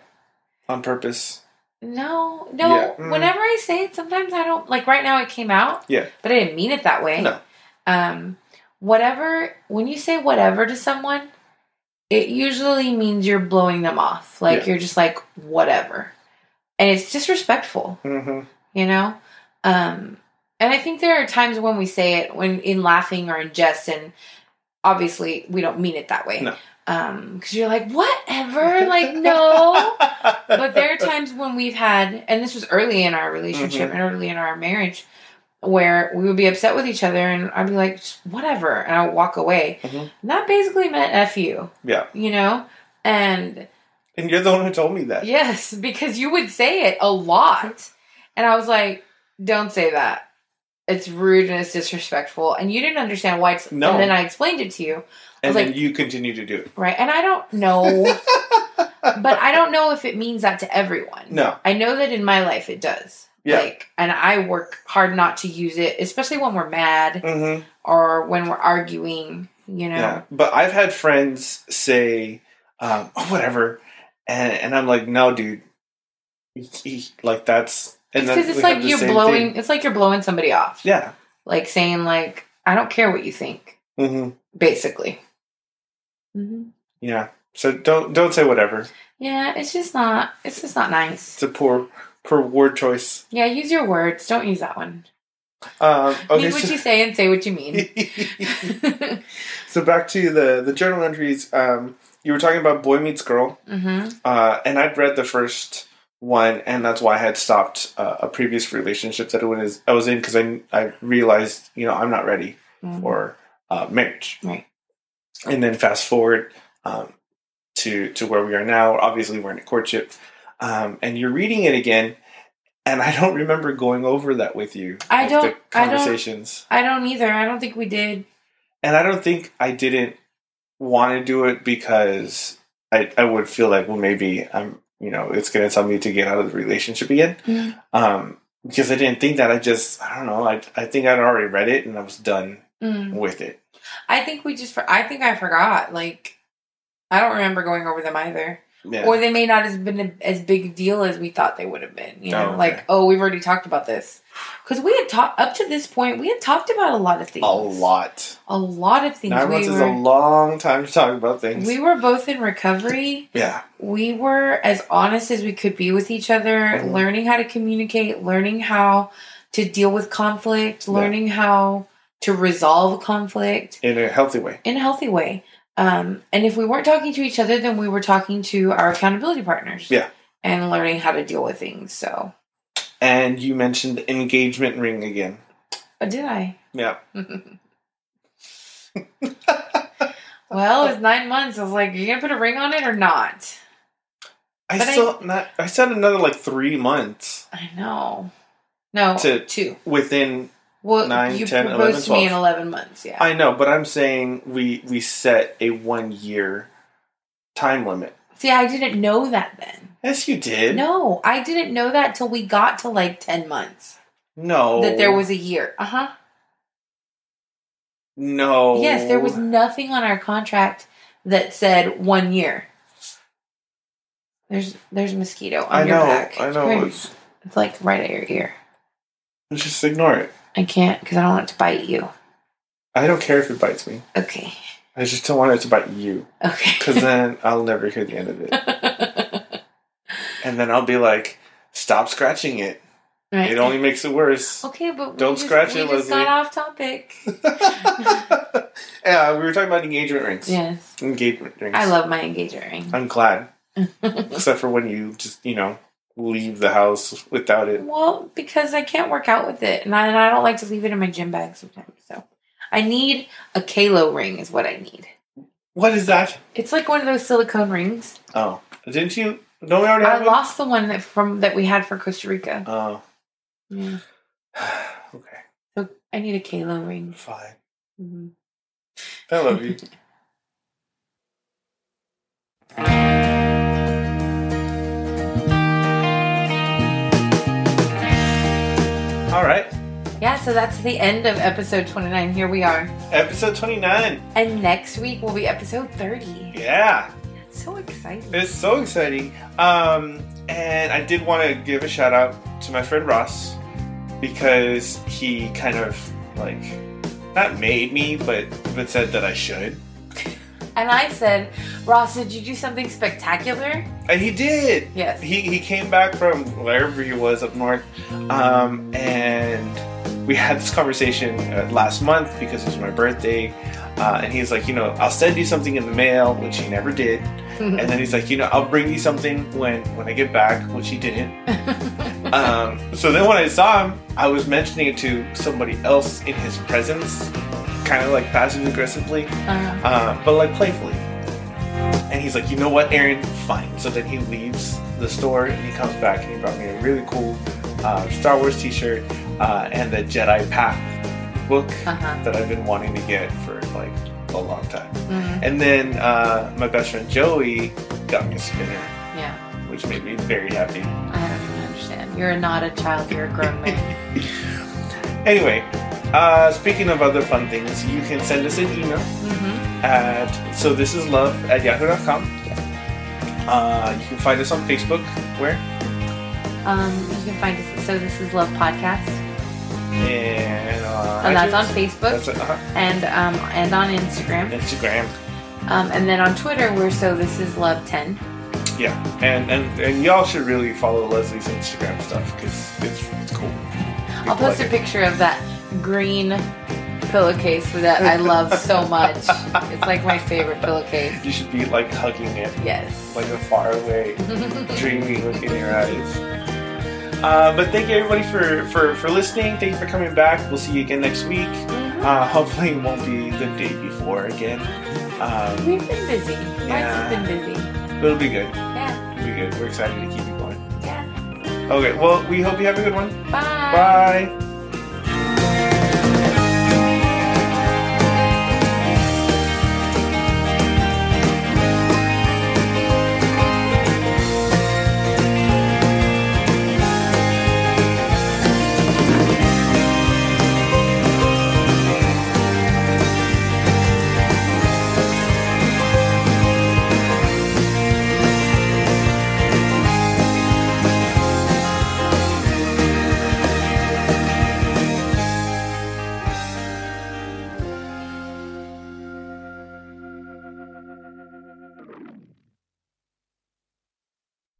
[SPEAKER 1] On purpose.
[SPEAKER 2] No, no.
[SPEAKER 1] Yeah. Mm.
[SPEAKER 2] Whenever I say it, sometimes I don't like. Right now, it came out.
[SPEAKER 1] Yeah.
[SPEAKER 2] but I didn't mean it that way.
[SPEAKER 1] No.
[SPEAKER 2] Um, whatever. When you say whatever to someone, it usually means you're blowing them off. Like
[SPEAKER 1] Yeah.
[SPEAKER 2] you're just like whatever, and it's disrespectful.
[SPEAKER 1] hmm
[SPEAKER 2] You know. Um, and I think there are times when we say it when in laughing or in jest, and obviously we don't mean it that way.
[SPEAKER 1] No.
[SPEAKER 2] Um, because you're like whatever, like no but there are times when we've had, and this was early in our relationship
[SPEAKER 1] Mm-hmm.
[SPEAKER 2] and early in our marriage, where we would be upset with each other, and I'd be like, "Just whatever, and I'll walk away.
[SPEAKER 1] Mhm.
[SPEAKER 2] And that basically meant f you,
[SPEAKER 1] yeah,
[SPEAKER 2] you know. And
[SPEAKER 1] and you're the one who told me that.
[SPEAKER 2] yes, because you would say it a lot, and I was like, "Don't say that. It's rude and it's disrespectful." And you didn't understand why. It's,
[SPEAKER 1] No.
[SPEAKER 2] And then I explained it to you. I
[SPEAKER 1] and
[SPEAKER 2] was
[SPEAKER 1] then
[SPEAKER 2] like-
[SPEAKER 1] you continue to do it.
[SPEAKER 2] Right. And I don't know, but I don't know if it means that to everyone.
[SPEAKER 1] No.
[SPEAKER 2] I know that in my life it does.
[SPEAKER 1] Yeah.
[SPEAKER 2] Like, and I work hard not to use it, especially when we're mad
[SPEAKER 1] hmm
[SPEAKER 2] or when we're arguing, you know?
[SPEAKER 1] Yeah. But I've had friends say, um, oh, whatever. And, and I'm like, no, dude. Like, that's. and
[SPEAKER 2] It's because
[SPEAKER 1] then
[SPEAKER 2] it's
[SPEAKER 1] we
[SPEAKER 2] like
[SPEAKER 1] have the
[SPEAKER 2] you're
[SPEAKER 1] same thing.
[SPEAKER 2] blowing, it's like you're blowing somebody off.
[SPEAKER 1] Yeah.
[SPEAKER 2] Like saying, like, I don't care what you think,
[SPEAKER 1] hmm
[SPEAKER 2] basically. hmm
[SPEAKER 1] Yeah. So don't don't say whatever.
[SPEAKER 2] Yeah, it's just not, it's just not nice.
[SPEAKER 1] It's a poor poor word choice.
[SPEAKER 2] Yeah, use your words. Don't use that one.
[SPEAKER 1] Um, okay.
[SPEAKER 2] mean what you say and say what you mean.
[SPEAKER 1] So, so back to the the journal entries. Um, you were talking about boy meets girl,
[SPEAKER 2] hmm
[SPEAKER 1] uh, and I'd read the first one, and that's why I had stopped uh, a previous relationship that I was I was in because I I realized you know I'm not ready
[SPEAKER 2] Mm.
[SPEAKER 1] for uh, marriage.
[SPEAKER 2] Right.
[SPEAKER 1] And then fast forward um, to to where we are now. Obviously, we're in a courtship, um, and you're reading it again. And I don't remember going over that with you.
[SPEAKER 2] I
[SPEAKER 1] like,
[SPEAKER 2] don't-
[SPEAKER 1] the
[SPEAKER 2] I don't-
[SPEAKER 1] conversations,
[SPEAKER 2] I don't either. I don't think we did.
[SPEAKER 1] and I don't think I didn't want to do it because I I would feel like well maybe I'm you know it's going to tell me to get out of the relationship again.
[SPEAKER 2] Mhm.
[SPEAKER 1] Um, because I didn't think that. I just I don't know. I I think I'd already read it and I was done
[SPEAKER 2] Mm.
[SPEAKER 1] with it.
[SPEAKER 2] I think we just. For- I think I forgot. Like, I don't remember going over them either.
[SPEAKER 1] Yeah.
[SPEAKER 2] or they may not have been a- as big a deal as we thought they would have been. You know,
[SPEAKER 1] Oh, okay.
[SPEAKER 2] like oh, we've already talked about this because we had talked up to this point. We had talked about a lot of things,
[SPEAKER 1] a lot.
[SPEAKER 2] a lot of things.
[SPEAKER 1] Nine
[SPEAKER 2] we
[SPEAKER 1] months is
[SPEAKER 2] were
[SPEAKER 1] a long time to talk about things.
[SPEAKER 2] we were both in recovery.
[SPEAKER 1] yeah,
[SPEAKER 2] We were as honest as we could be with each other,
[SPEAKER 1] Mhm.
[SPEAKER 2] learning how to communicate, learning how to deal with conflict,
[SPEAKER 1] Yeah.
[SPEAKER 2] learning how to resolve conflict
[SPEAKER 1] in a healthy way.
[SPEAKER 2] in a healthy way. Um, and if we weren't talking to each other, then we were talking to our accountability partners.
[SPEAKER 1] Yeah.
[SPEAKER 2] And learning how to deal with things. So,
[SPEAKER 1] And you mentioned engagement ring again.
[SPEAKER 2] but did I?
[SPEAKER 1] Yeah.
[SPEAKER 2] Well, it's nine months. I was like, you're going to put a ring on it or not?
[SPEAKER 1] I
[SPEAKER 2] But I-
[SPEAKER 1] still not. I said another like three months
[SPEAKER 2] I know. No,
[SPEAKER 1] To-
[SPEAKER 2] two.
[SPEAKER 1] within.
[SPEAKER 2] Well,
[SPEAKER 1] Nine,
[SPEAKER 2] you
[SPEAKER 1] 10, 11,
[SPEAKER 2] proposed to me
[SPEAKER 1] 12.
[SPEAKER 2] in 11 months. Yeah.
[SPEAKER 1] I know, but I'm saying we we set a one year time limit.
[SPEAKER 2] See, I didn't know that then.
[SPEAKER 1] Yes, you did.
[SPEAKER 2] No, I didn't know that till we got to like 10 months
[SPEAKER 1] no,
[SPEAKER 2] that there was a year. Uh huh.
[SPEAKER 1] no.
[SPEAKER 2] Yes, there
[SPEAKER 1] Oh.
[SPEAKER 2] was nothing on our contract that said one year. There's there's a mosquito on
[SPEAKER 1] I
[SPEAKER 2] your
[SPEAKER 1] know.
[SPEAKER 2] back.
[SPEAKER 1] I
[SPEAKER 2] Come
[SPEAKER 1] know.
[SPEAKER 2] here.
[SPEAKER 1] It's-
[SPEAKER 2] It's like right at your ear.
[SPEAKER 1] Just ignore it.
[SPEAKER 2] I can't because I don't want it to bite you.
[SPEAKER 1] I don't care if it bites me.
[SPEAKER 2] Okay.
[SPEAKER 1] I just don't want it to bite you, because
[SPEAKER 2] Okay.
[SPEAKER 1] then I'll never hear the end of it, and then I'll be like, "Stop scratching it.
[SPEAKER 2] Right.
[SPEAKER 1] It only makes it worse."
[SPEAKER 2] Okay, but we
[SPEAKER 1] Don't
[SPEAKER 2] just,
[SPEAKER 1] scratch
[SPEAKER 2] we
[SPEAKER 1] it,
[SPEAKER 2] just got
[SPEAKER 1] Leslie.
[SPEAKER 2] off topic.
[SPEAKER 1] yeah, we were talking about engagement rings.
[SPEAKER 2] yes.
[SPEAKER 1] Engagement rings.
[SPEAKER 2] I love my engagement ring.
[SPEAKER 1] I'm glad, except for when you just you know leave the house without it.
[SPEAKER 2] Well, because I can't work out with it, and I, and I don't like to leave it in my gym bag sometimes. So, I need a Kalo ring, is what I need.
[SPEAKER 1] What is that?
[SPEAKER 2] It's like one of those silicone rings.
[SPEAKER 1] Oh, didn't you? Don't we already have
[SPEAKER 2] I
[SPEAKER 1] one?
[SPEAKER 2] lost the one that from that we had for Costa Rica.
[SPEAKER 1] Oh,
[SPEAKER 2] Yeah.
[SPEAKER 1] okay,
[SPEAKER 2] So I need a Kalo ring.
[SPEAKER 1] fine.
[SPEAKER 2] Mhm.
[SPEAKER 1] I love you. All right,
[SPEAKER 2] Yeah, so that's the end of episode 29. Here we are.
[SPEAKER 1] episode twenty nine.
[SPEAKER 2] And next week will be episode 30.
[SPEAKER 1] Yeah.
[SPEAKER 2] That's so exciting.
[SPEAKER 1] It's so exciting. Um, and I did want to give a shout out to my friend Ross because he kind of like not made me, but but said that I should,
[SPEAKER 2] And I said, Ross, did you do something spectacular?
[SPEAKER 1] and he did.
[SPEAKER 2] Yes.
[SPEAKER 1] He he came back from wherever he was up north, um, and we had this conversation uh, last month because it was my birthday. Uh, and he's like, you know, I'll send you something in the mail, which he never did. And then he's like, you know, I'll bring you something when when I get back, which he didn't. um, so then when I saw him, I was mentioning it to somebody else in his presence, kind of like passive aggressively,
[SPEAKER 2] Uh,
[SPEAKER 1] uh, but like playfully. And he's like, you know what, Aaron? Fine. So then he leaves the store and he comes back and he brought me a really cool uh, Star Wars t shirt uh, and the Jedi Path book
[SPEAKER 2] uh-huh.
[SPEAKER 1] that I've been wanting to get for like a long time.
[SPEAKER 2] Mhm.
[SPEAKER 1] And then uh, my best friend Joey got me a spinner,
[SPEAKER 2] Yeah.
[SPEAKER 1] which made me very happy.
[SPEAKER 2] I don't even understand. You're not a child, you're a grown man.
[SPEAKER 1] Anyway, uh, speaking of other fun things, you can send us an email
[SPEAKER 2] hmm
[SPEAKER 1] at so this is love at yahoo.com. Uh, you can find us on Facebook. Where?
[SPEAKER 2] um, you can find us at So This Is Love Podcast.
[SPEAKER 1] And, uh,
[SPEAKER 2] And that's on
[SPEAKER 1] iTunes.
[SPEAKER 2] Facebook
[SPEAKER 1] That's on uh-huh.
[SPEAKER 2] and um, and on Instagram.
[SPEAKER 1] Instagram.
[SPEAKER 2] Um, and then on Twitter, we're So This Is Love 10.
[SPEAKER 1] Yeah, and, and and y'all should really follow Leslie's Instagram stuff because it's, it's cool.
[SPEAKER 2] I'll post a picture of that green pillowcase that I love so much. It's like my favorite pillowcase.
[SPEAKER 1] You should be like hugging it
[SPEAKER 2] Yes.
[SPEAKER 1] like a faraway dreamy look in your eyes. Uh, but thank you everybody for, for, for listening. Thank you for coming back. We'll see you again next week.
[SPEAKER 2] Mhm.
[SPEAKER 1] Uh, hopefully it won't be the day before again. Um,
[SPEAKER 2] We've been busy. Life
[SPEAKER 1] Yeah.
[SPEAKER 2] has been busy.
[SPEAKER 1] but it'll be good.
[SPEAKER 2] Yeah.
[SPEAKER 1] It'll be good. We're excited to keep it going.
[SPEAKER 2] Yeah.
[SPEAKER 1] Okay, well, we hope you have a good one.
[SPEAKER 2] Bye.
[SPEAKER 1] Bye.